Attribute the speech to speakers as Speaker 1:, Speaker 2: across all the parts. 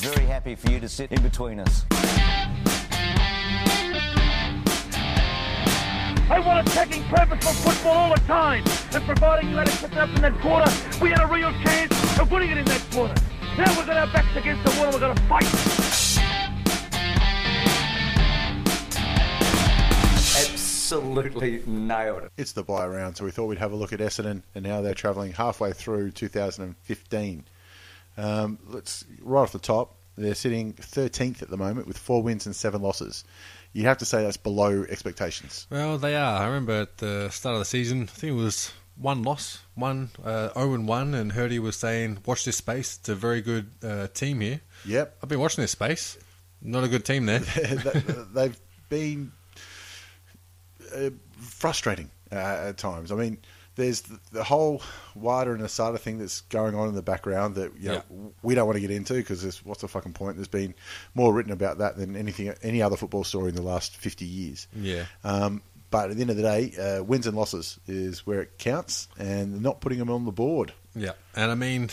Speaker 1: Very happy for you to sit in between us.
Speaker 2: I want attacking purposeful football all the time. And providing you had it picked up in that quarter, we had a real chance of winning it in that quarter. Now we've got our backs against the wall, we're going to fight.
Speaker 3: Absolutely nailed it.
Speaker 4: It's the buy round, so we thought we'd have a look at Essendon and how they're travelling halfway through 2015. Um, let's right off the top, they're sitting 13th at the moment with four wins and seven losses. You have to say that's below expectations.
Speaker 5: Well, they are. I remember at the start of the season, I think it was one loss, one uh, 0 and one, and Hurdy was saying, "Watch this space. It's a very good uh, team here."
Speaker 4: Yep,
Speaker 5: I've been watching this space. Not a good team there.
Speaker 4: That- they've been uh, frustrating uh, at times. I mean, there's the, the whole wider and Asada thing that's going on in the background that you know,
Speaker 5: Yeah.
Speaker 4: w- we don't want to get into because what's the fucking point? There's been more written about that than anything any other football story in the last 50 years.
Speaker 5: Yeah.
Speaker 4: Um, but at the end of the day, uh, wins and losses is where it counts, and they're not putting them on the board.
Speaker 5: Yeah, and I mean,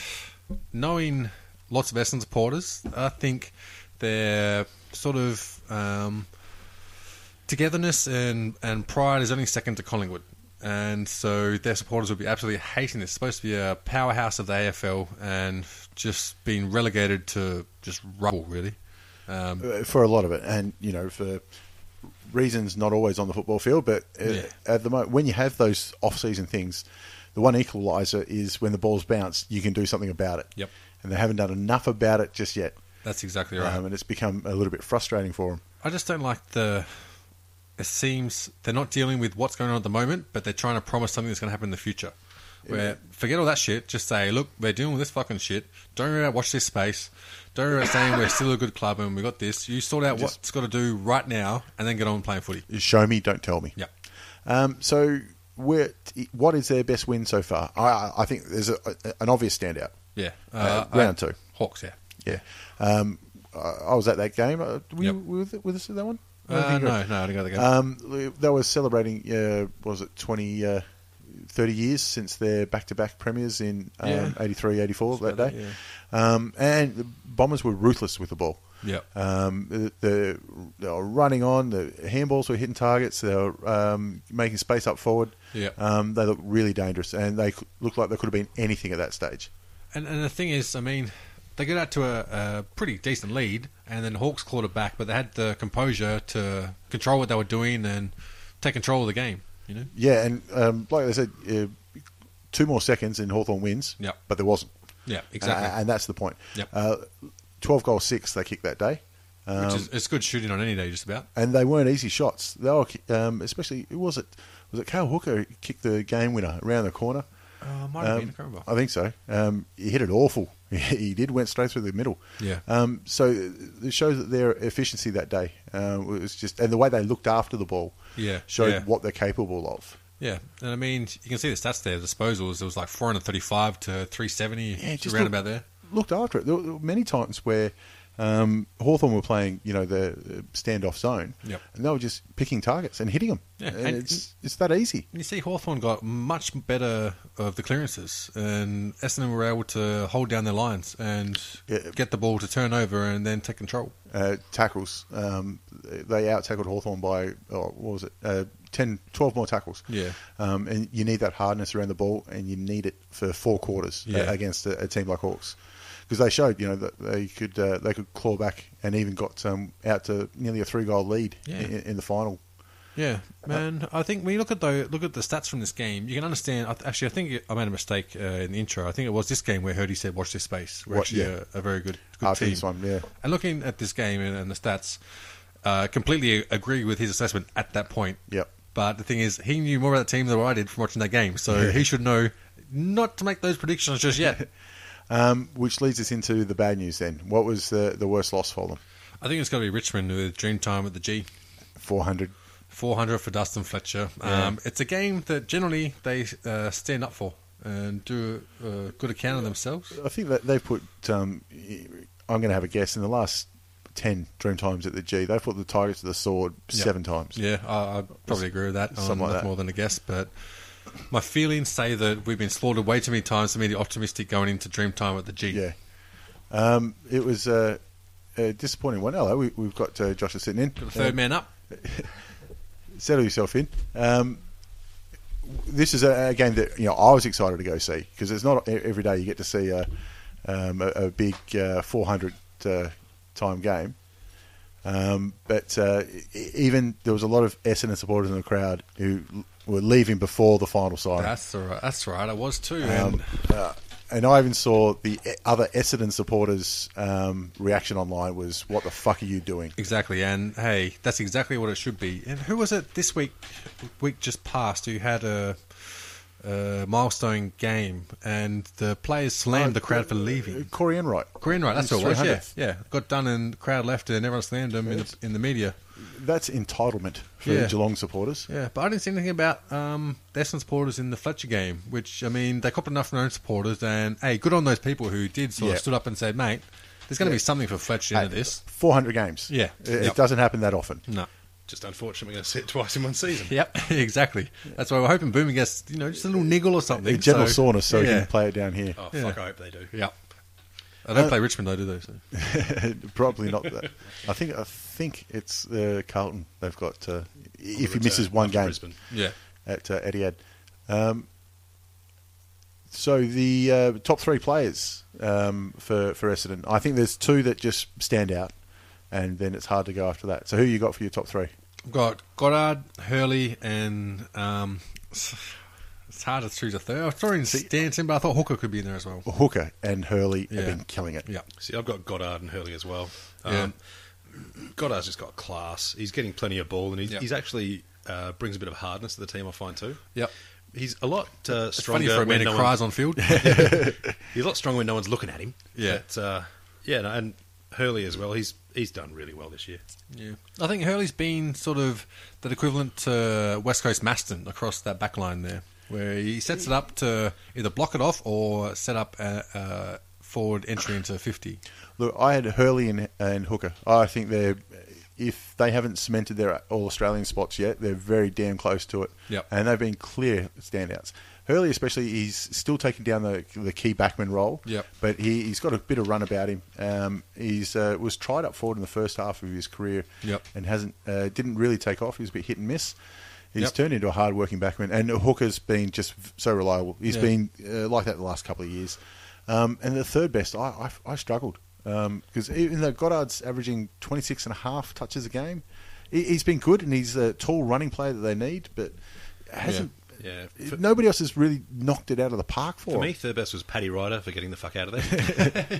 Speaker 5: knowing lots of Essendon supporters, I think their sort of um, togetherness and and pride is only second to Collingwood, and so their supporters will be absolutely hating this. It's supposed to be a powerhouse of the AFL, and just being relegated to just rubble, really.
Speaker 4: Uh, for a lot of it, and you know for reasons not always on the football field, but uh,
Speaker 5: Yeah.
Speaker 4: at the moment when you have those off-season things, the one equaliser is when the ball's bounced, you can do something about it.
Speaker 5: Yep.
Speaker 4: And they haven't done enough about it just yet,
Speaker 5: That's exactly right.
Speaker 4: um, and it's become a little bit frustrating for them.
Speaker 5: I just don't like the. It seems they're not dealing with what's going on at the moment, but they're trying to promise something that's going to happen in the future. Where forget all that shit. Just say, look, we're dealing with this fucking shit. Don't worry about watch this space. Don't worry about saying we're still a good club and we got this. You sort out
Speaker 4: Just-
Speaker 5: what's got to do right now, and then get on playing footy.
Speaker 4: Show me, don't tell me.
Speaker 5: Yeah,
Speaker 4: Um, so, where, what is their best win so far? I- I, I think there's a, a- an obvious standout.
Speaker 5: yeah.
Speaker 4: Uh, round two.
Speaker 5: Hawks. Yeah.
Speaker 4: Yeah. Um, I, I was at that game. Uh, were, you,
Speaker 5: Yep.
Speaker 4: were you with, with us at that one? I don't
Speaker 5: Uh,
Speaker 4: think you were.
Speaker 5: no, no, I didn't go to the game.
Speaker 4: Um, they were celebrating, uh, what was it 20, uh, 30 years since their back to back premiers in um,
Speaker 5: Yeah.
Speaker 4: 83, 84 that
Speaker 5: about
Speaker 4: day.
Speaker 5: it,
Speaker 4: um, and the Bombers were ruthless with the ball.
Speaker 5: Yep.
Speaker 4: Um, the, the, they were running on, the handballs were hitting targets, they were um, making space up forward.
Speaker 5: Yep.
Speaker 4: Um, they looked really dangerous, and they c- looked like they could have been anything at that stage.
Speaker 5: And, and the thing is, I mean, they got out to a, a pretty decent lead, and then Hawks clawed it back, but they had the composure to control what they were doing and take control of the game. You know,
Speaker 4: Yeah, and um, like I said, uh, two more seconds and Hawthorn wins,
Speaker 5: Yep.
Speaker 4: but there wasn't.
Speaker 5: Yeah, exactly.
Speaker 4: Uh, and that's the point.
Speaker 5: Yep.
Speaker 4: Uh, 12 goal six they kicked that day. Um,
Speaker 5: which is it's good shooting on any day, just about.
Speaker 4: and they weren't easy shots. They were, um, especially who was it? Was it Kyle Hooker who kicked the game winner around the corner?
Speaker 5: Uh, might have
Speaker 4: Um,
Speaker 5: been, I can't remember.
Speaker 4: I think so. Um, he hit it awful. he did. Went straight through the middle.
Speaker 5: Yeah.
Speaker 4: Um, so it shows that their efficiency that day uh, was just, and the way they looked after the ball.
Speaker 5: Yeah,
Speaker 4: Showed
Speaker 5: yeah.
Speaker 4: what they're capable of.
Speaker 5: Yeah, and I mean, you can see the stats there. Disposals, it was like 435 to 370,
Speaker 4: Yeah, just
Speaker 5: around
Speaker 4: look-
Speaker 5: about there.
Speaker 4: Looked after it. There were there were many times where um, Hawthorne were playing, you know, the uh, standoff zone,
Speaker 5: Yep.
Speaker 4: and they were just picking targets and hitting them.
Speaker 5: Yeah,
Speaker 4: and,
Speaker 5: and-
Speaker 4: it's it's that easy.
Speaker 5: And you see, Hawthorn got much better of the clearances, and Essendon were able to hold down their lines and
Speaker 4: Yeah.
Speaker 5: get the ball to turn over and then take control.
Speaker 4: uh, tackles. Um, they out tackled Hawthorn by, oh, what was it, uh, 10, 12 more tackles.
Speaker 5: Yeah.
Speaker 4: Um, and you need that hardness around the ball, and you need it for four quarters
Speaker 5: Yeah.
Speaker 4: uh, against a, a team like Hawks. Because they showed, you know, that they could uh, they could claw back and even got um, out to nearly a three goal lead
Speaker 5: Yeah.
Speaker 4: in, in the final.
Speaker 5: Yeah, man. I think when you look at the look at the stats from this game, you can understand. I th- Actually, I think it- I made a mistake uh, in the intro. I think it was this game where Hurdy said, "Watch this space." We're
Speaker 4: What-
Speaker 5: actually
Speaker 4: yeah.
Speaker 5: a, a very good, good
Speaker 4: After
Speaker 5: team.
Speaker 4: this one, yeah.
Speaker 5: And looking at this game and, and the stats, uh, completely agree with his assessment at that point.
Speaker 4: Yep.
Speaker 5: But the thing is, he knew more about the team than I did from watching that game, so he should know not to make those predictions just yet.
Speaker 4: Um, which leads us into the bad news then. What was the, the worst loss for them?
Speaker 5: I think it's going to be Richmond with Dreamtime at the G.
Speaker 4: 400.
Speaker 5: 400 for Dustin Fletcher. Um, it's a game that generally they uh, stand up for and do a uh, good account of themselves.
Speaker 4: I think that they put, um, I'm going to have a guess, in the last 10 Dream Times at the G, they put the Tigers to the sword seven times.
Speaker 5: Yeah, I, I probably agree with that.
Speaker 4: Something
Speaker 5: Something
Speaker 4: like that.
Speaker 5: more than a guess, but my feelings say that we've been slaughtered way too many times to be optimistic going into Dreamtime at the G.
Speaker 4: Yeah. Um, it was uh, a disappointing one. Hello, we, we've got uh, Joshua sitting in.
Speaker 5: Got a third
Speaker 4: Um,
Speaker 5: man up.
Speaker 4: settle yourself in. Um, this is a, a game that you know I was excited to go see because it's not e- every day you get to see a um, a, a big uh, 400 uh, time game. Um, but uh, e- even there was a lot of Essendon supporters in the crowd who l- were leaving before the final siren.
Speaker 5: That's all right. That's right. I was too. and
Speaker 4: Um, uh, and I even saw the e- other Essendon supporters' um, reaction online was, "What the fuck are you doing?"
Speaker 5: Exactly, and hey, that's exactly what it should be. And who was it this week? Week just passed who had a, a milestone game, and the players slammed the crowd
Speaker 4: Oh,
Speaker 5: for leaving.
Speaker 4: Uh, Corey Enright.
Speaker 5: Green right, that's
Speaker 4: He's
Speaker 5: what it was. Yeah,
Speaker 4: 300th.
Speaker 5: yeah, got done, and the crowd left, and everyone slammed him in the, in the media.
Speaker 4: That's entitlement for
Speaker 5: Yeah.
Speaker 4: Geelong supporters.
Speaker 5: Yeah, but I didn't see anything about um, the Essendon supporters in the Fletcher game, which I mean, they copped enough from their own supporters, and hey, good on those people who did sort
Speaker 4: Yeah.
Speaker 5: of stood up and said, "Mate, there's going to be something for Fletcher in this."
Speaker 4: 400 games.
Speaker 5: Yeah.
Speaker 4: It, it
Speaker 5: Yep.
Speaker 4: doesn't happen that often.
Speaker 5: No.
Speaker 6: Just unfortunate we're going to see it twice in one season.
Speaker 5: Yep, exactly. That's why we're hoping Boomer gets, you know, just a little niggle or something.
Speaker 4: The general
Speaker 5: so-
Speaker 4: soreness, so you
Speaker 5: yeah.
Speaker 4: can play Uh, it down here.
Speaker 6: Oh,
Speaker 5: Yeah.
Speaker 6: fuck, I hope they do.
Speaker 5: Yep. I don't play Richmond though, do they? So.
Speaker 4: Probably not that. I think I think it's uh, Carlton. They've got uh, if he
Speaker 6: Return
Speaker 4: misses one
Speaker 6: after
Speaker 4: game
Speaker 6: Brisbane.
Speaker 5: Yeah.
Speaker 4: at uh, Etihad. Um, so the uh, top three players um, for for Essendon, I think there's two that just stand out, and then it's hard to go after that. So who you got for your top three?
Speaker 5: I've got Goddard, Hurley, and um, it's hard to choose a third. I was throwing Stanton, but I thought Hooker could be in there as well.
Speaker 4: Hooker and Hurley
Speaker 5: Yeah.
Speaker 4: have been killing it.
Speaker 5: Yeah.
Speaker 6: See, I've got Goddard and Hurley as well.
Speaker 5: Yeah.
Speaker 6: Um, Goddard's just got class. He's getting plenty of ball, and he's,
Speaker 5: Yeah.
Speaker 6: he's actually uh, brings a bit of hardness to the team. I find too.
Speaker 5: Yep.
Speaker 6: He's a lot uh,
Speaker 5: It's
Speaker 6: stronger.
Speaker 5: funny for a
Speaker 6: when
Speaker 5: man who
Speaker 6: no
Speaker 5: cries on field.
Speaker 6: He's a lot stronger when no one's looking at him.
Speaker 5: Yeah.
Speaker 6: But, uh, yeah, no, and Hurley as well. He's he's done really well this year.
Speaker 5: yeah. I think Hurley's been sort of that equivalent to West Coast Maston across that back line there, where he sets it up to either block it off or set up a, a forward entry into 50.
Speaker 4: Look, I had Hurley and, and Hooker. I think they're if they haven't cemented their All Australian spots yet, they're very damn close to it.
Speaker 5: Yep.
Speaker 4: And they've been clear standouts. Hurley, especially, he's still taking down the the key backman role.
Speaker 5: Yep.
Speaker 4: But he, he's got a bit of run about him. Um, he's uh, was tried up forward in the first half of his career.
Speaker 5: Yep.
Speaker 4: And hasn't uh, didn't really take off. He was a bit hit and miss. He's
Speaker 5: Yep.
Speaker 4: turned into a hard working backman, and Hooker's been just so reliable. He's
Speaker 5: Yeah.
Speaker 4: been uh, like that the last couple of years. Um, and the third best, I, I, I struggled because even though Goddard's averaging 26 and a half touches a game, he, he's been good and he's a tall running player that they need, but hasn't.
Speaker 6: Yeah. For,
Speaker 4: Nobody else has really knocked it out of the park for,
Speaker 6: for
Speaker 4: him.
Speaker 6: me, third best was Paddy Ryder for getting the fuck out of there.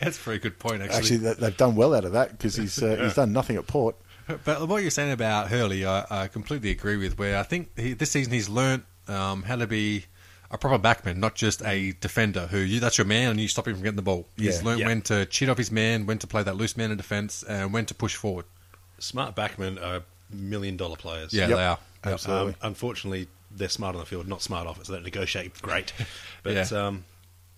Speaker 5: That's a very good point,
Speaker 4: Actually, they- they've done well out of that because he's uh, he's done nothing at Port.
Speaker 5: But what you're saying about Hurley, I, I completely agree with. Where I think he, this season he's learnt um, how to be a proper backman, not just a defender who you that's your man and you stop him from getting the ball. He's
Speaker 4: Yeah.
Speaker 5: learnt
Speaker 6: Yeah.
Speaker 5: when to cheat off his man, when to play that loose man in defence, and when to push forward.
Speaker 6: Smart backmen are million dollar players.
Speaker 5: Yeah,
Speaker 4: Yep.
Speaker 5: they are. Yep.
Speaker 4: Absolutely.
Speaker 6: Um, unfortunately, they're smart on the field, not smart off it, so they negotiate great. But
Speaker 5: Yeah.
Speaker 6: yeah, um,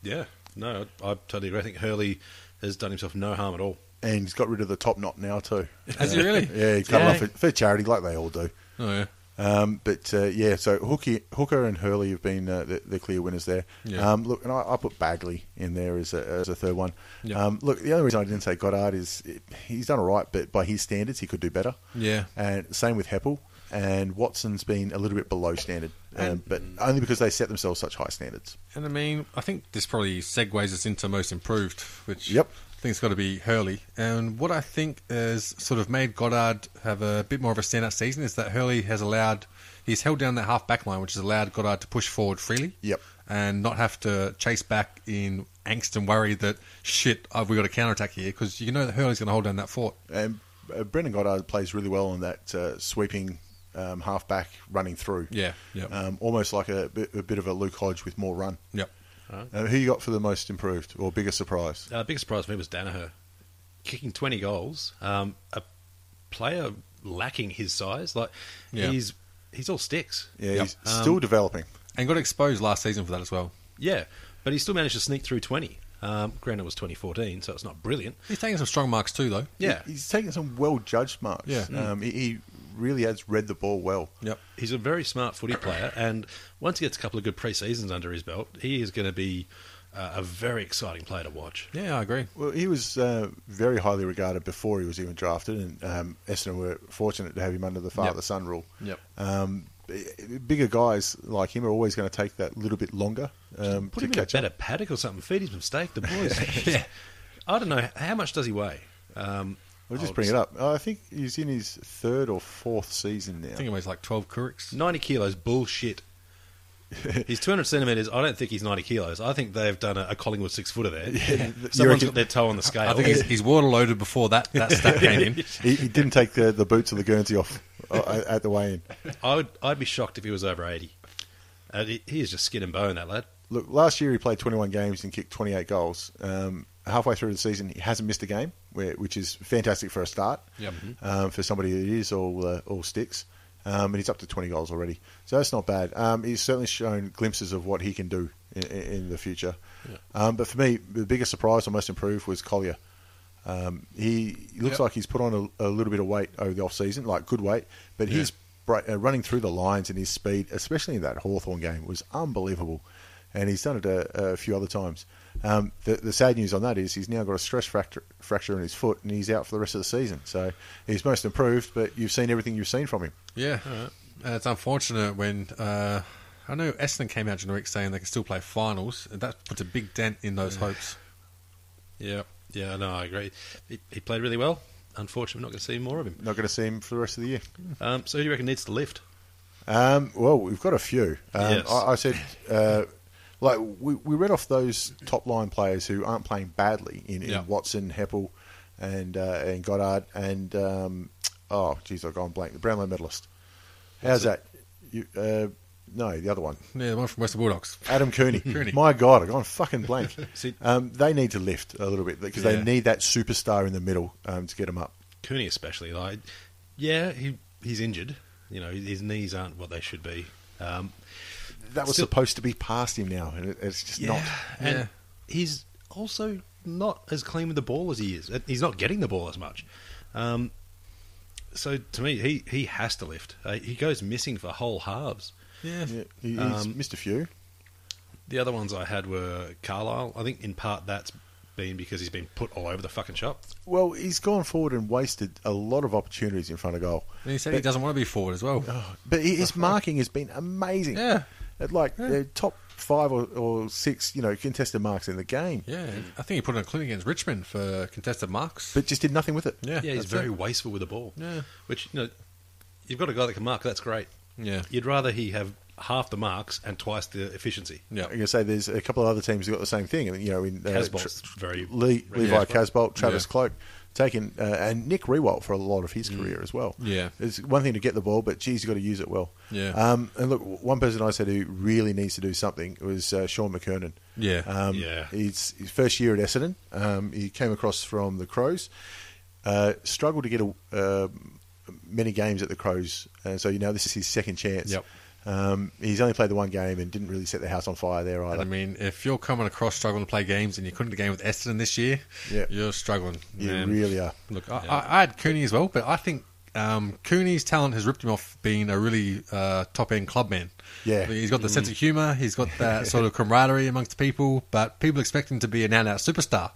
Speaker 6: yeah no, I, I totally agree. I think Hurley has done himself no harm at all.
Speaker 4: And he's got rid of the top knot now, too.
Speaker 5: Has he really?
Speaker 4: Yeah, he cut it off for, for charity, like they all do.
Speaker 5: Oh, yeah.
Speaker 4: Um, but uh, yeah, so Hooker, Hooker and Hurley have been uh, the, the clear winners there.
Speaker 5: Yeah.
Speaker 4: Um, look, and I, I put Bagley in there as a, as a third one.
Speaker 5: Yeah.
Speaker 4: Um, look, the only reason I didn't say Goddard is it, he's done all right, but by his standards, he could do better.
Speaker 5: Yeah.
Speaker 4: And same with Heppel. And Watson's been a little bit below standard, um, but only because they set themselves such high standards.
Speaker 5: And I mean, I think this probably segues us into most improved, which
Speaker 4: Yep.
Speaker 5: I think it's got to be Hurley. And what I think has sort of made Goddard have a bit more of a standout season is that Hurley has allowed, he's held down that half back line, which has allowed Goddard to push forward freely.
Speaker 4: Yep.
Speaker 5: And not have to chase back in angst and worry that, shit, have we got a counter attack here? Because you know that Hurley's going to hold down that fort.
Speaker 4: And uh, Brendan Goddard plays really well on that uh, sweeping um, halfback running through.
Speaker 5: Yeah, yeah.
Speaker 4: Um, almost like a, bit- a bit of a Luke Hodge with more run.
Speaker 5: Yep.
Speaker 4: Uh, who you got for the most improved or biggest surprise?
Speaker 6: Uh, biggest surprise for me was Danaher, kicking twenty goals. Um, a player lacking his size, like
Speaker 5: Yeah.
Speaker 6: he's he's all sticks.
Speaker 4: Yeah,
Speaker 5: Yep.
Speaker 4: he's still developing.
Speaker 5: And got exposed last season for that as well.
Speaker 6: Yeah, but he still managed to sneak through twenty. Um, granted, it was twenty fourteen, so it's not brilliant.
Speaker 5: He's taking some strong marks too, though.
Speaker 6: Yeah,
Speaker 4: He- he's taking some well judged marks.
Speaker 5: Yeah.
Speaker 4: um, he, he really has read the ball well.
Speaker 5: Yep.
Speaker 6: he's a very smart footy player, and once he gets a couple of good pre-seasons under his belt, he is going to be uh, a very exciting player to watch.
Speaker 5: Yeah, I agree.
Speaker 4: Well, he was uh, very highly regarded before he was even drafted, and um, Essendon were fortunate to have him under the father-son rule.
Speaker 5: Yep.
Speaker 4: Um, b- bigger guys like him are always going to take that little bit longer um,
Speaker 6: Put
Speaker 4: to
Speaker 6: him in a
Speaker 4: catch
Speaker 6: better
Speaker 4: up.
Speaker 6: paddock or something. Feed him some steak. The boys. yeah. I don't know how much does he weigh. Um,
Speaker 4: We'll
Speaker 6: I'll
Speaker 4: just bring it up. Oh, I think he's in his third or fourth season now.
Speaker 5: I think it weighs like 12 Kuriks.
Speaker 6: 90 kilos, bullshit. he's 200 centimetres. I don't think he's 90 kilos. I think they've done a, a Collingwood six footer there. Someone's
Speaker 4: reckon-
Speaker 6: got their toe on the scale.
Speaker 5: I think he's, he's water loaded before that, that stat came in.
Speaker 4: he, he didn't take the, the boots or the Guernsey off uh, at the weigh-in.
Speaker 6: I would, I'd be shocked if he was over 80. Uh, he, he is just skin and bone, that lad.
Speaker 4: Look, last year he played 21 games and kicked 28 goals. Um, halfway through the season, he hasn't missed a game, where, which is fantastic for a start.
Speaker 5: Yep.
Speaker 4: Um, for somebody that is all uh, all sticks, um, and he's up to 20 goals already, so that's not bad. Um, he's certainly shown glimpses of what he can do in, in- in the future. Um, but for me, the biggest surprise or most improved was Collier. Um, he he looks
Speaker 5: Yep.
Speaker 4: like he's put on a, a little bit of weight over the off season, like good weight, but his bra- uh, running through the lines and his speed, especially in that Hawthorn game, was unbelievable. And he's done it a, a few other times. Um, the, the sad news on that is he's now got a stress fracture, fracture in his foot and he's out for the rest of the season. So he's most improved, but you've seen everything you've seen from him.
Speaker 5: Yeah, and it's unfortunate when uh, I know Essendon came out during the week saying they can still play finals, and that puts a big dent in those hopes.
Speaker 6: Yeah, yeah, no, I agree. He, he played really well. Unfortunately, we're not going to see more of him.
Speaker 4: Not going to see him for the rest of the year.
Speaker 6: Um, so, who do you reckon needs to lift?
Speaker 4: Um, well, we've got a few. Um,
Speaker 6: Yes.
Speaker 4: I, I said, uh, like we, we read off those top line players who aren't playing badly in,
Speaker 5: Yeah.
Speaker 4: in Watson, Heppel, and uh, and Goddard, and um, oh, geez, I've gone blank. The Brownlow medalist. How's that? You, uh, no, the other one,
Speaker 5: Yeah, the one from Western Bulldogs.
Speaker 4: Adam Cooney.
Speaker 5: Cooney.
Speaker 4: My God, I've gone fucking blank.
Speaker 6: See-
Speaker 4: um, they need to lift a little bit because
Speaker 5: Yeah.
Speaker 4: they need that superstar in the middle um, to get them up.
Speaker 6: Cooney, especially. Like, yeah, he he's injured. You know, his knees aren't what they should be. Um,
Speaker 4: That was
Speaker 6: Still-
Speaker 4: supposed to be past him now, and it, it's just not.
Speaker 6: And
Speaker 5: Yeah.
Speaker 6: he's also not as clean with the ball as he is. Uh, He's not getting the ball as much. Um, so to me, he, he has to lift. Uh, he goes missing for whole halves.
Speaker 5: Yeah,
Speaker 4: Yeah, he- he's
Speaker 6: Um,
Speaker 4: missed a few.
Speaker 6: The other ones I had were Carlisle. I think in part that's been because he's been put all over the fucking shop.
Speaker 4: Well, he's gone forward and wasted a lot of opportunities in front of goal.
Speaker 5: and he said he doesn't want to be forward as well.
Speaker 4: But he- his marking has been amazing.
Speaker 5: Yeah.
Speaker 4: At like
Speaker 5: Yeah.
Speaker 4: the top five or, or six, you know, contested marks in the game.
Speaker 5: Yeah, I think he put in a clinic against Richmond for contested marks.
Speaker 4: But just did nothing with it.
Speaker 5: yeah,
Speaker 6: Yeah, he's
Speaker 5: that's
Speaker 6: very
Speaker 5: it.
Speaker 6: wasteful with the ball.
Speaker 5: Yeah.
Speaker 6: Which, you know, you've got a guy that can mark, that's great.
Speaker 5: Yeah,
Speaker 6: You'd rather he have half the marks and twice the efficiency.
Speaker 4: I'm
Speaker 5: yeah,
Speaker 4: going to say there's a couple of other teams who got the same thing. You know, in uh,
Speaker 6: Casbolt's very-
Speaker 4: Le-
Speaker 6: very
Speaker 4: Levi
Speaker 6: good.
Speaker 4: Casbolt, Travis
Speaker 5: Yeah. Mm.
Speaker 4: Cloak, taken, uh, and Nick Rewalt for a lot of his career as well.
Speaker 5: Yeah.
Speaker 4: it's one thing to get the ball, but geez, you got to use it well.
Speaker 5: Yeah.
Speaker 4: Um, and look, one person I said who really needs to do something was uh, Sean McKernan.
Speaker 5: Yeah.
Speaker 4: Um,
Speaker 6: Yeah.
Speaker 4: He's his first year at Essendon. Um, he came across from the Crows. Uh, struggled to get a, um many games at the Crows, and so you know this is his second chance.
Speaker 5: Yep.
Speaker 4: Um, he's only played the one game and didn't really set the house on fire there either.
Speaker 5: And I mean, if you're coming across struggling to play games and you couldn't game with Essendon this year,
Speaker 4: Yeah.
Speaker 5: you're struggling.
Speaker 4: you
Speaker 5: man.
Speaker 4: really are.
Speaker 5: Look, I, I, I had Cooney as well, but I think um, Cooney's talent has ripped him off being a really uh, top end clubman.
Speaker 4: Yeah.
Speaker 5: I mean, he's got
Speaker 6: Mm.
Speaker 5: the sense of humour. He's got that sort of camaraderie amongst people, but people expect him to be an out and out superstar.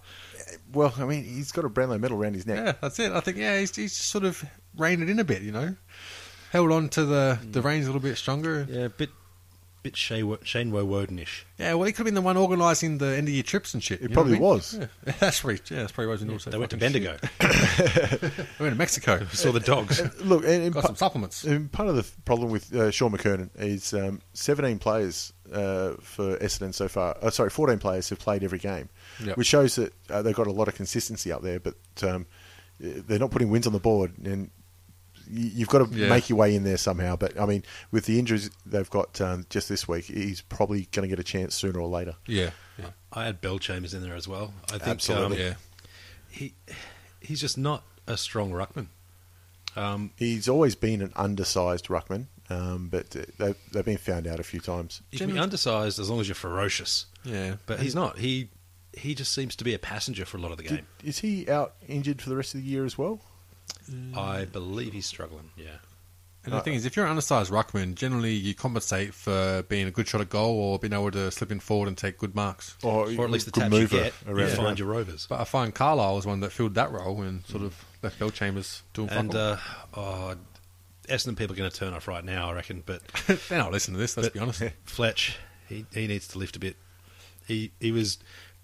Speaker 4: Well, I mean, he's got a Brownlow medal around his neck.
Speaker 5: Yeah, that's it. I think yeah, he's, he's just sort of reined it in a bit, you know, held on to the
Speaker 6: Mm.
Speaker 5: the reins a little bit stronger. Yeah,
Speaker 6: Yeah, bit bit Shane Wo- Shane Wowodenish.
Speaker 5: well, he could have been the one organising the end of year trips and shit.
Speaker 4: He
Speaker 5: you know
Speaker 4: probably
Speaker 5: what I mean?
Speaker 4: was.
Speaker 5: Yeah. that's probably yeah, that's probably what he was also
Speaker 6: They went to
Speaker 5: fucking shit.
Speaker 6: Bendigo,
Speaker 5: They went to Mexico.
Speaker 6: saw the dogs.
Speaker 4: Look, and, and
Speaker 5: Got
Speaker 4: pa-
Speaker 5: some supplements.
Speaker 4: and part of the th- problem with uh, Sean McKernan is um, 17 players uh, for Essendon so far. Uh, sorry, 14 players have played every game,
Speaker 5: Yep.
Speaker 4: which shows that uh, they've got a lot of consistency up there. But um, they're not putting wins on the board, and you- you've got to
Speaker 5: Yeah.
Speaker 4: make your way in there somehow. But I mean, with the injuries they've got um, just this week, he's probably going to get a chance sooner or later.
Speaker 5: Yeah, yeah,
Speaker 6: I had Bell Chambers in there as well. I think
Speaker 4: Absolutely.
Speaker 6: um,
Speaker 5: yeah.
Speaker 6: he he's just not a strong ruckman. Um,
Speaker 4: He's always been an undersized ruckman, um, but uh, they've, they've been found out a few times.
Speaker 6: you can be
Speaker 5: Generally-
Speaker 6: undersized as long as you're ferocious,
Speaker 5: yeah.
Speaker 6: but he's not. He he just seems to be a passenger for a lot of the
Speaker 4: Did,
Speaker 6: game.
Speaker 4: is he out injured for the rest of the year as well?
Speaker 6: I believe he's struggling. Yeah,
Speaker 5: And the thing is, if you're an undersized ruckman, generally you compensate for being a good shot at goal or being able to slip in forward and take good marks.
Speaker 4: Or,
Speaker 6: or at least the
Speaker 4: good
Speaker 6: taps you
Speaker 4: mover
Speaker 6: get, you
Speaker 4: around the ground.
Speaker 6: find your rovers.
Speaker 5: But I find Carlisle was one that filled that role and sort of left Bell Chambers doing fuck
Speaker 6: And
Speaker 5: all.
Speaker 6: uh, oh, Essendon people are going to turn off right now, I reckon. But
Speaker 5: They're not listening to this. Let's
Speaker 6: but
Speaker 5: be honest.
Speaker 6: Fletch, he, he needs to lift a bit. He he was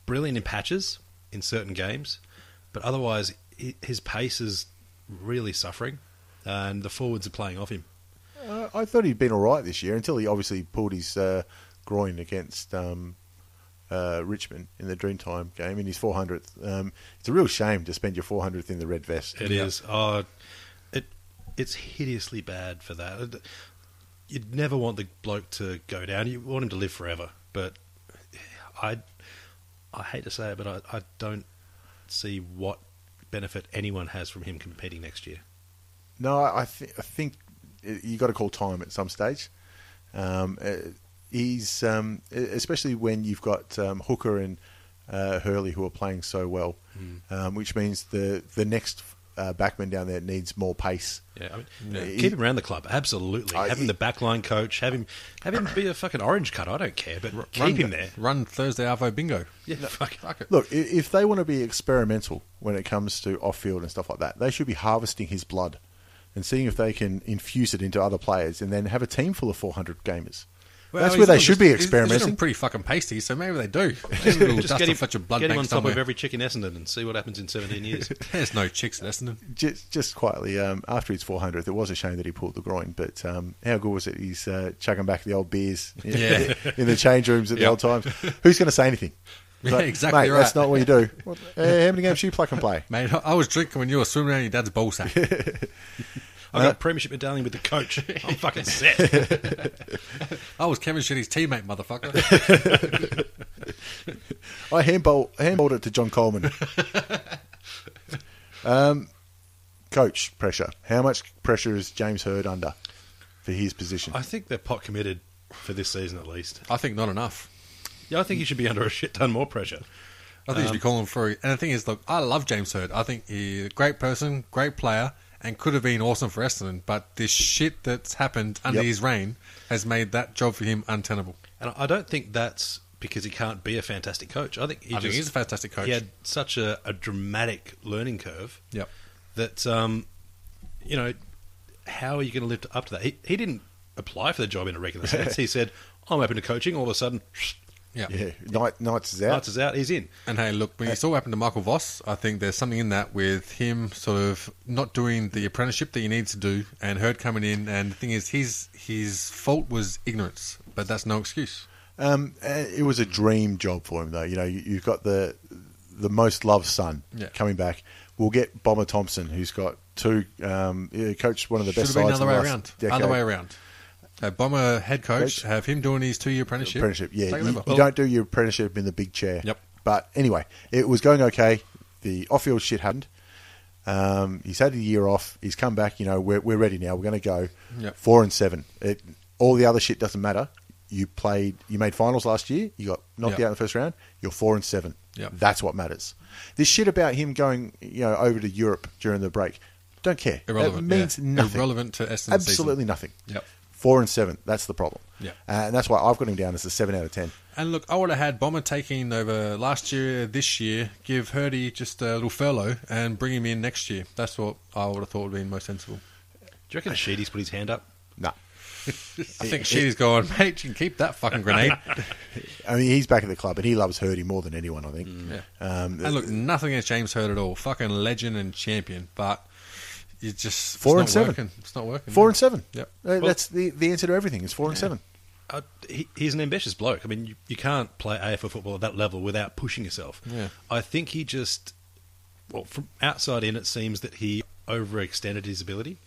Speaker 6: brilliant in patches in certain games, but otherwise he, his pace is really suffering, and the forwards are playing off him.
Speaker 4: Uh, I thought he'd been all right this year until he obviously pulled his uh, groin against um, uh, Richmond in the Dreamtime game in his 400th. Um, it's a real shame to spend your 400th in the red vest.
Speaker 6: It is oh, it it's hideously bad for that. It- You'd never want the bloke to go down. You want him to live forever, but I I hate to say it, but I, I don't see what benefit anyone has from him competing next year.
Speaker 4: No, I, I, th- I think uh, you got to call time at some stage. Um, uh, he's um, e- especially when you've got um, Hooker and uh, Hurley who are playing so well,
Speaker 6: Hmm.
Speaker 4: um, which means the the next uh, backman down there needs more pace.
Speaker 6: Yeah, I mean, uh,
Speaker 4: Yeah.
Speaker 6: keep him around the club. Absolutely,
Speaker 4: I-
Speaker 6: have him the backline coach. Have him have him be a fucking orange cut. I don't care, but keep
Speaker 5: Run-
Speaker 6: him there.
Speaker 5: Run Thursday Arvo Bingo.
Speaker 6: Yeah, fuck, fuck it.
Speaker 4: Look, i- if they want to be experimental when it comes to off field and stuff like that, they should be harvesting his blood and seeing if they can infuse it into other players and then have a team full of 400 gamers. That's where they should be experimenting.
Speaker 5: pretty fucking pasty, so maybe they do.
Speaker 6: Just get him,
Speaker 5: Fletcher blood
Speaker 6: get him
Speaker 5: bank
Speaker 6: on top
Speaker 5: somewhere.
Speaker 6: of every chicken Essendon and see what happens in 17 years.
Speaker 5: There's no chicks at Essendon.
Speaker 4: just, just quietly, um, after his 400th, it was a shame that he pulled the groin, but um, how good was it? He's uh, chugging back the old beers in,
Speaker 5: Yeah.
Speaker 4: in the change rooms at the
Speaker 5: Yep.
Speaker 4: old times. Who's going to say anything?
Speaker 5: Yeah,
Speaker 4: Like,
Speaker 5: exactly
Speaker 4: Mate,
Speaker 5: right.
Speaker 4: That's not what you do. What, eh, how many games do you pluck and play?
Speaker 5: Mate, I- I was drinking when you were swimming around your dad's ball sack.
Speaker 6: I got a premiership medallion with the coach. I'm fucking set.
Speaker 5: I was Kevin Shitty's teammate, motherfucker.
Speaker 4: I handball handballed it to John Coleman. um, coach pressure. How much pressure is James Hurd under for his position?
Speaker 6: I think they're pot committed for this season at least.
Speaker 5: I think not enough.
Speaker 6: Yeah, I think he
Speaker 5: Mm.
Speaker 6: should be under a shit ton more pressure.
Speaker 5: I think you should
Speaker 6: Um,
Speaker 5: be calling through. And the thing is, look, I love James Hurd. I think he's a great person, great player, and could have been awesome for Essendon. But this shit that's happened under
Speaker 4: Yep.
Speaker 5: his reign has made that job for him untenable.
Speaker 6: And I don't think that's because he can't be a fantastic coach. I think he
Speaker 5: I
Speaker 6: just,
Speaker 5: think he's a fantastic coach.
Speaker 6: He had such a, a dramatic learning curve.
Speaker 5: Yep.
Speaker 6: That um, you know, how are you going to live up to that? He, he didn't apply for the job in a regular sense. he said, "Oh, "I'm open to coaching." All of a sudden,
Speaker 5: Yeah.
Speaker 4: yeah, Knight, Knights is out.
Speaker 6: Knights is out. He's in.
Speaker 5: And hey, look,
Speaker 6: Uh,
Speaker 5: when you saw what happened to Michael Voss, I think there's something in that with him sort of not doing the apprenticeship that he needs to do, and Hurd coming in. And the thing is, his his fault was ignorance, but that's no excuse.
Speaker 4: Um, uh, it was a dream job for him, though. You know, you, you've got the the most loved son
Speaker 5: Yeah.
Speaker 4: coming back. We'll get Bomber Thompson, who's got two um, yeah, coached one of the
Speaker 5: Should
Speaker 4: best
Speaker 5: have been
Speaker 4: sides.
Speaker 5: another
Speaker 4: in
Speaker 5: way
Speaker 4: the
Speaker 5: around.
Speaker 4: last
Speaker 5: Other
Speaker 4: decade.
Speaker 5: way around. A bomber head coach,
Speaker 4: Coach.
Speaker 5: have him doing his two year apprenticeship.
Speaker 4: apprenticeship. Yeah,
Speaker 5: Take it
Speaker 4: you,
Speaker 5: over.
Speaker 4: you don't do your apprenticeship in the big chair.
Speaker 5: Yep.
Speaker 4: But anyway, it was going okay. The off-field shit happened. Um, he's had a year off. He's come back. You know, we're we're ready now. We're going to go
Speaker 5: Yep.
Speaker 4: four and seven. It, all the other shit doesn't matter. You played. You made finals last year. You got knocked
Speaker 5: Yep.
Speaker 4: out in the first round. You're four and seven.
Speaker 5: Yep.
Speaker 4: That's what matters. This shit about him going, you know, over to Europe during the break. Don't care.
Speaker 5: Irrelevant,
Speaker 4: It means
Speaker 5: yeah.
Speaker 4: nothing.
Speaker 5: Irrelevant to Essendon's
Speaker 4: Absolutely
Speaker 5: season.
Speaker 4: nothing.
Speaker 5: Yep.
Speaker 4: Four and seven. That's the problem.
Speaker 5: Yep.
Speaker 4: Uh, and that's why I've got him down as a seven out of ten.
Speaker 5: And look, I would have had Bomber taking over last year, this year, give Hurdy just a little furlough and bring him in next year. That's what I would have thought would have been most sensible.
Speaker 6: Do you reckon Sheedy's put his hand up?
Speaker 4: No.
Speaker 5: I think she's going, mate, you can keep that fucking grenade.
Speaker 4: I mean, he's back at the club and he loves Hurdy more than anyone, I think.
Speaker 6: Mm.
Speaker 4: Um,
Speaker 5: and look, nothing against James Hurd at all. Fucking legend and champion, but you just
Speaker 4: Four and
Speaker 5: it's not
Speaker 4: seven.
Speaker 5: working. It's not working.
Speaker 4: four and seven.
Speaker 5: Yep.
Speaker 4: Uh, that's the, the answer to everything is four and seven.
Speaker 6: uh, he, he's an ambitious bloke. I mean, you, you can't play AFL football at that level without pushing yourself.
Speaker 5: Yeah.
Speaker 6: I think he just, well, from outside in, it seems that he overextended his ability.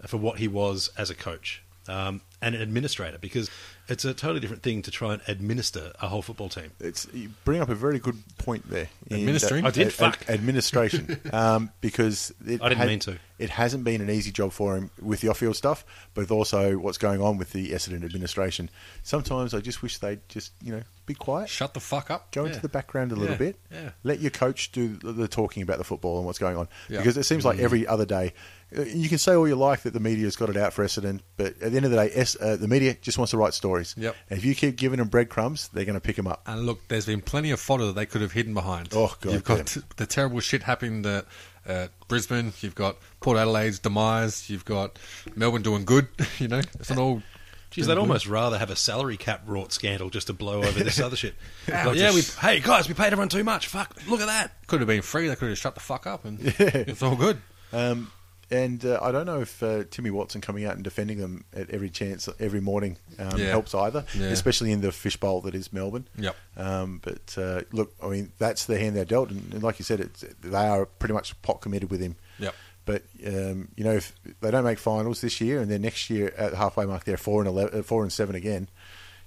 Speaker 6: uh, for what he was as a coach um, and an administrator, because it's a totally different thing to try and administer a whole football team.
Speaker 4: It's you bring up a very good point there. in that-
Speaker 5: Administering?
Speaker 6: I did,
Speaker 4: ad-
Speaker 6: fuck.
Speaker 4: ad- administration, um, because it
Speaker 6: I didn't mean to.
Speaker 4: It hasn't been an easy job for him with the off-field stuff, but also what's going on with the Essendon administration. Sometimes I just wish they'd just you know be quiet,
Speaker 5: Shut the fuck up.
Speaker 4: go into
Speaker 5: Yeah.
Speaker 4: the background a little
Speaker 5: Yeah,
Speaker 4: bit,
Speaker 5: yeah.
Speaker 4: let your coach do the, the talking about the football and what's going on,
Speaker 5: Yeah. Mm-hmm.
Speaker 4: because it seems like every other day. uh, You can say all you like that the media's got it out for Essendon, but at the end of the day, S, uh, the media just wants to write stories.
Speaker 5: Yep.
Speaker 4: And if you keep giving them breadcrumbs, they're going to pick them up.
Speaker 5: And look, there's been plenty of fodder that they could have hidden behind.
Speaker 4: Oh, God
Speaker 5: You've
Speaker 4: damn.
Speaker 5: got t- the terrible shit happening at uh, Brisbane. You've got Port Adelaide's demise. You've got Melbourne doing good. You know, it's an all.
Speaker 6: Geez, they'd almost rather have a salary cap wrought scandal just to blow over this other shit.
Speaker 5: Yeah,
Speaker 6: Like,
Speaker 5: just-
Speaker 6: yeah, we, hey guys, we paid everyone too much. Fuck, look at that.
Speaker 5: could have been free. They could have shut the fuck up, and it's all good.
Speaker 4: Um, and uh, I don't know if uh, Timmy Watson coming out and defending them at every chance, every morning, um,
Speaker 5: Yeah.
Speaker 4: helps either,
Speaker 5: Yeah.
Speaker 4: especially in the fishbowl that is Melbourne.
Speaker 5: Yep.
Speaker 4: Um, but uh, look, I mean, that's the hand they're dealt, and, and like you said, it's, they are pretty much pot committed with him.
Speaker 5: Yep.
Speaker 4: But um, you know, if they don't make finals this year, and then next year at the halfway mark they're four and 11, uh, four and seven again,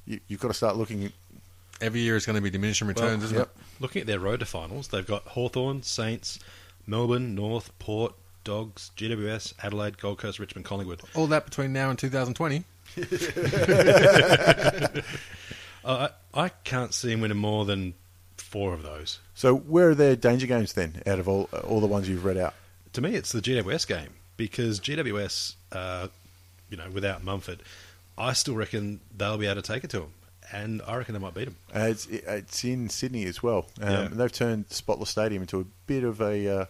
Speaker 4: you, you've got to start looking.
Speaker 5: Every year is going to be diminishing returns, isn't
Speaker 4: yep.
Speaker 6: Looking at their road to finals, they've got Hawthorn, Saints, Melbourne, North, Port, Dogs, GWS, Adelaide, Gold Coast, Richmond, Collingwood.
Speaker 5: it? All that between now and 2020.
Speaker 6: Uh, I I can't see him winning more than four of those.
Speaker 4: So, where are their danger games then? Out of all all the ones you've read out,
Speaker 6: To me, it's the GWS game because GWS, uh, you know, without Mumford, I still reckon they'll be able to take it to him, and I reckon they might beat him.
Speaker 4: Uh, it's it's in Sydney as well. Um,
Speaker 6: Yeah.
Speaker 4: and They've turned Spotless Stadium into a bit of a uh,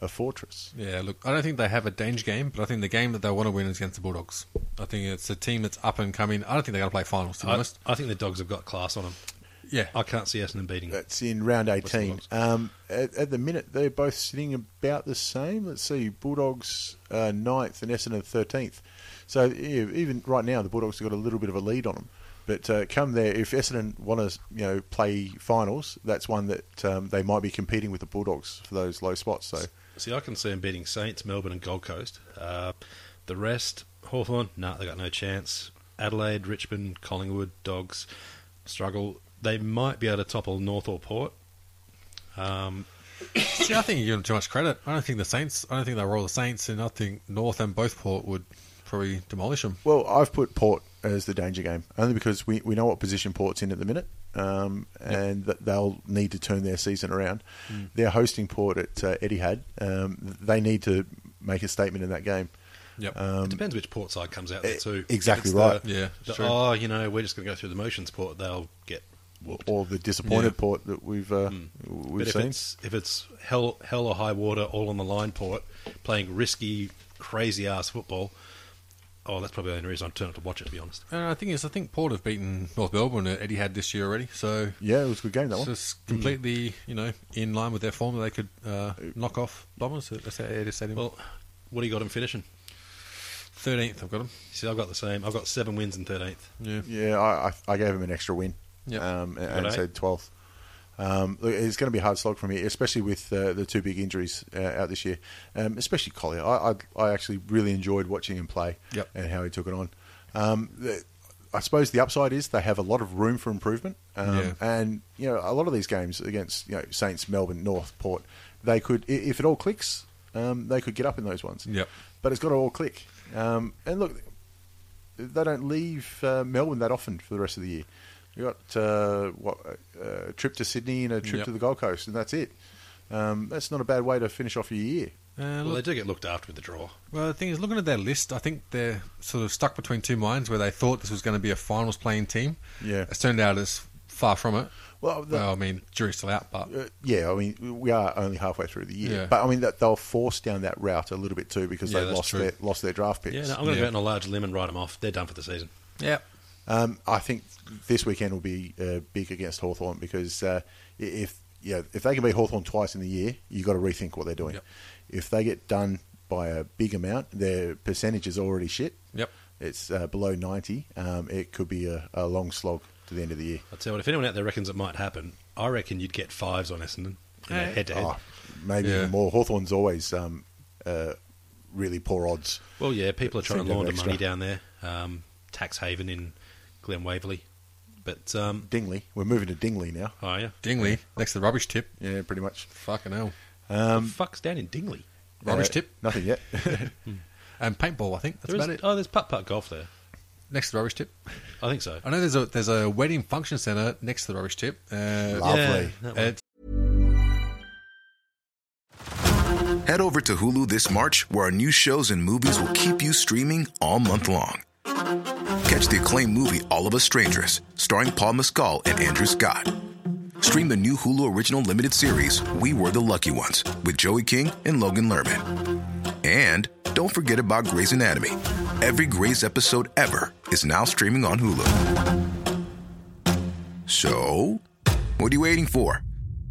Speaker 4: a fortress.
Speaker 5: Yeah, look, I don't think they have a danger game, but I think the game that they want to win is against the Bulldogs. I think it's a team that's up and coming. I don't think they're going to play finals, to be
Speaker 6: I,
Speaker 5: honest.
Speaker 6: I think the Dogs have got class on them.
Speaker 5: Yeah,
Speaker 6: I can't see Essendon beating. them.
Speaker 4: That's in round eighteen.
Speaker 6: Bulldogs.
Speaker 4: Um, at, at the minute, they're both sitting about the same. Let's see, Bulldogs uh, ninth and Essendon thirteenth. So yeah, even right now, the Bulldogs have got a little bit of a lead on them. But uh, come there, if Essendon want to, you know, play finals, that's one that um, they might be competing with the Bulldogs for those low spots. So
Speaker 6: See, I can see them beating Saints, Melbourne, and Gold Coast. Uh, the rest, Hawthorn, nah, they got no chance. Adelaide, Richmond, Collingwood, Dogs, struggle. They might be able to topple North or Port. Um,
Speaker 5: See, I think you give them too much credit. I don't think the Saints. I don't think they were all the Saints, and I think North and both Port would probably demolish them.
Speaker 4: Well, I've put Port as the danger game only because we, we know what position Port's in at the minute, um, and that they'll need to turn their season around.
Speaker 6: Mm.
Speaker 4: They're hosting Port at uh, Etihad. Um, they need to make a statement in that game.
Speaker 5: Yep.
Speaker 6: it depends which port side comes out there, too.
Speaker 4: E- Um, exactly
Speaker 6: If it's
Speaker 4: right.
Speaker 6: the-
Speaker 5: Um, Yeah,
Speaker 6: the,
Speaker 5: sure.
Speaker 6: oh, you know, we're just going to go through the motions port. They'll get whooped.
Speaker 4: Or the disappointed
Speaker 5: Yeah.
Speaker 4: Port that we've uh, we've
Speaker 6: Mm. but if
Speaker 4: seen.
Speaker 6: it's if it's hell hell or high water, all on the line port, playing risky, crazy ass football. Oh, that's probably the only reason I turn up to watch it. To be honest.
Speaker 5: and I think is I think Port have beaten North Melbourne at Eddie had this year already, so
Speaker 4: Yeah, it was a good game that
Speaker 5: it's
Speaker 4: one.
Speaker 5: just completely you know in line with their form that they could uh, knock off Bombers at Eddie Stadium. Well,
Speaker 6: Well, what do you got him finishing?
Speaker 5: thirteenth, I've got them.
Speaker 6: See, I've got the same. I've got seven wins in thirteenth.
Speaker 5: Yeah.
Speaker 4: Yeah, I, I, I gave him an extra win.
Speaker 5: Yep.
Speaker 4: Um, and, and
Speaker 6: eight?
Speaker 4: said twelfth. Um, look, it's going to be a hard slog from here, especially with uh, the two big injuries uh, out this year. Um, especially Collier, I, I I actually really enjoyed watching him play
Speaker 5: Yep.
Speaker 4: and how he took it on. Um, the, I suppose the upside is they have a lot of room for improvement, um,
Speaker 5: Yeah.
Speaker 4: and you know a lot of these games against you know Saints, Melbourne, North, Port, they could i- if it all clicks, um, they could get up in those ones.
Speaker 5: Yep. Uh,
Speaker 4: But it's got to all click. Um, and look, they don't leave uh, Melbourne that often for the rest of the year. We got uh, what uh, a trip to Sydney and a trip
Speaker 5: Yep.
Speaker 4: to the Gold Coast, and that's it. Um, that's not a bad way to finish off your year.
Speaker 5: Uh,
Speaker 6: Well, they
Speaker 5: look,
Speaker 6: do get looked after with the draw.
Speaker 5: well, the thing is, looking at their list, I think they're sort of stuck between two minds where they thought this was going to be a finals playing team.
Speaker 4: Yeah.
Speaker 5: it's turned out it's far from it.
Speaker 4: Well, the-
Speaker 5: well I mean, jury's still out, but
Speaker 4: Uh, yeah, I mean we are only halfway through the year,
Speaker 5: Yeah.
Speaker 4: but I mean that they'll force down that route a little bit too because
Speaker 5: Yeah,
Speaker 4: they
Speaker 5: that's
Speaker 4: lost
Speaker 5: true.
Speaker 4: their lost their draft picks.
Speaker 6: Yeah, no, I'm going to
Speaker 5: Yeah.
Speaker 6: go out on a large limb and write them off. They're done for the season.
Speaker 5: yeah,
Speaker 4: Um, I think this weekend will be uh, big against Hawthorn because uh, i- if yeah, if they can beat Hawthorn twice in the year, you've got to rethink what they're doing.
Speaker 5: Yep.
Speaker 4: If they get done by a big amount, their percentage is already shit.
Speaker 5: Yep.
Speaker 4: It's uh, below 90. Um, it could be a, a long slog to the end of the year.
Speaker 6: I tell you what, if anyone out there reckons it might happen, I reckon you'd get fives on Essendon head to head.
Speaker 4: Oh, maybe
Speaker 5: Yeah.
Speaker 4: even more. Hawthorn's always um, uh, really poor odds.
Speaker 6: Well, yeah, people are trying
Speaker 4: Seem
Speaker 6: to
Speaker 4: to have
Speaker 6: launder money
Speaker 4: extra.
Speaker 6: down there. Um, tax haven in Glen Waverley. But, um,
Speaker 4: Dingley, we're moving to Dingley now.
Speaker 6: oh, yeah.
Speaker 5: Dingley next to the rubbish tip.
Speaker 4: Yeah, pretty much.
Speaker 5: Fucking hell,
Speaker 4: Um,
Speaker 6: Fuck's down in Dingley.
Speaker 5: rubbish
Speaker 4: uh,
Speaker 5: tip
Speaker 4: Nothing yet.
Speaker 5: and paintball. I think that's
Speaker 6: There is-
Speaker 5: about it.
Speaker 6: Oh, there's putt putt golf there.
Speaker 5: Next to the rubbish tip.
Speaker 6: I think so.
Speaker 5: I know there's a there's a wedding function centre next to the rubbish tip. Uh,
Speaker 4: Lovely.
Speaker 6: that one.
Speaker 5: it's
Speaker 7: Head over to Hulu this March, where our new shows and movies will keep you streaming all month long. Catch the acclaimed movie All of Us Strangers, starring Paul Mescal and Andrew Scott. Stream the new Hulu original limited series We Were the Lucky Ones with Joey King and Logan Lerman. And don't forget about Grey's Anatomy. Every Grey's episode ever is now streaming on Hulu. So, what are you waiting for?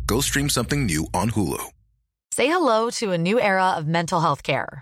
Speaker 7: Go stream something new on Hulu.
Speaker 8: Say hello to a new era of mental health care.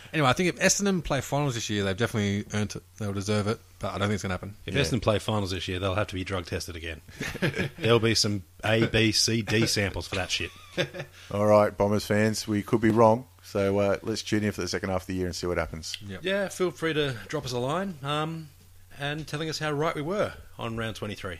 Speaker 5: anyway, I think if Essendon play finals this year, they've definitely earned it. They'll deserve it, but I don't think it's gonna happen.
Speaker 6: If Essendon play finals this year, they'll have to be drug tested again. There'll be some A, B, C, D samples for that shit.
Speaker 4: All right, Bombers fans, we could be wrong. So uh, let's tune in for the second half of the year and see what happens.
Speaker 6: Yeah, feel free to drop us a line um, and telling us how right we were on round 23.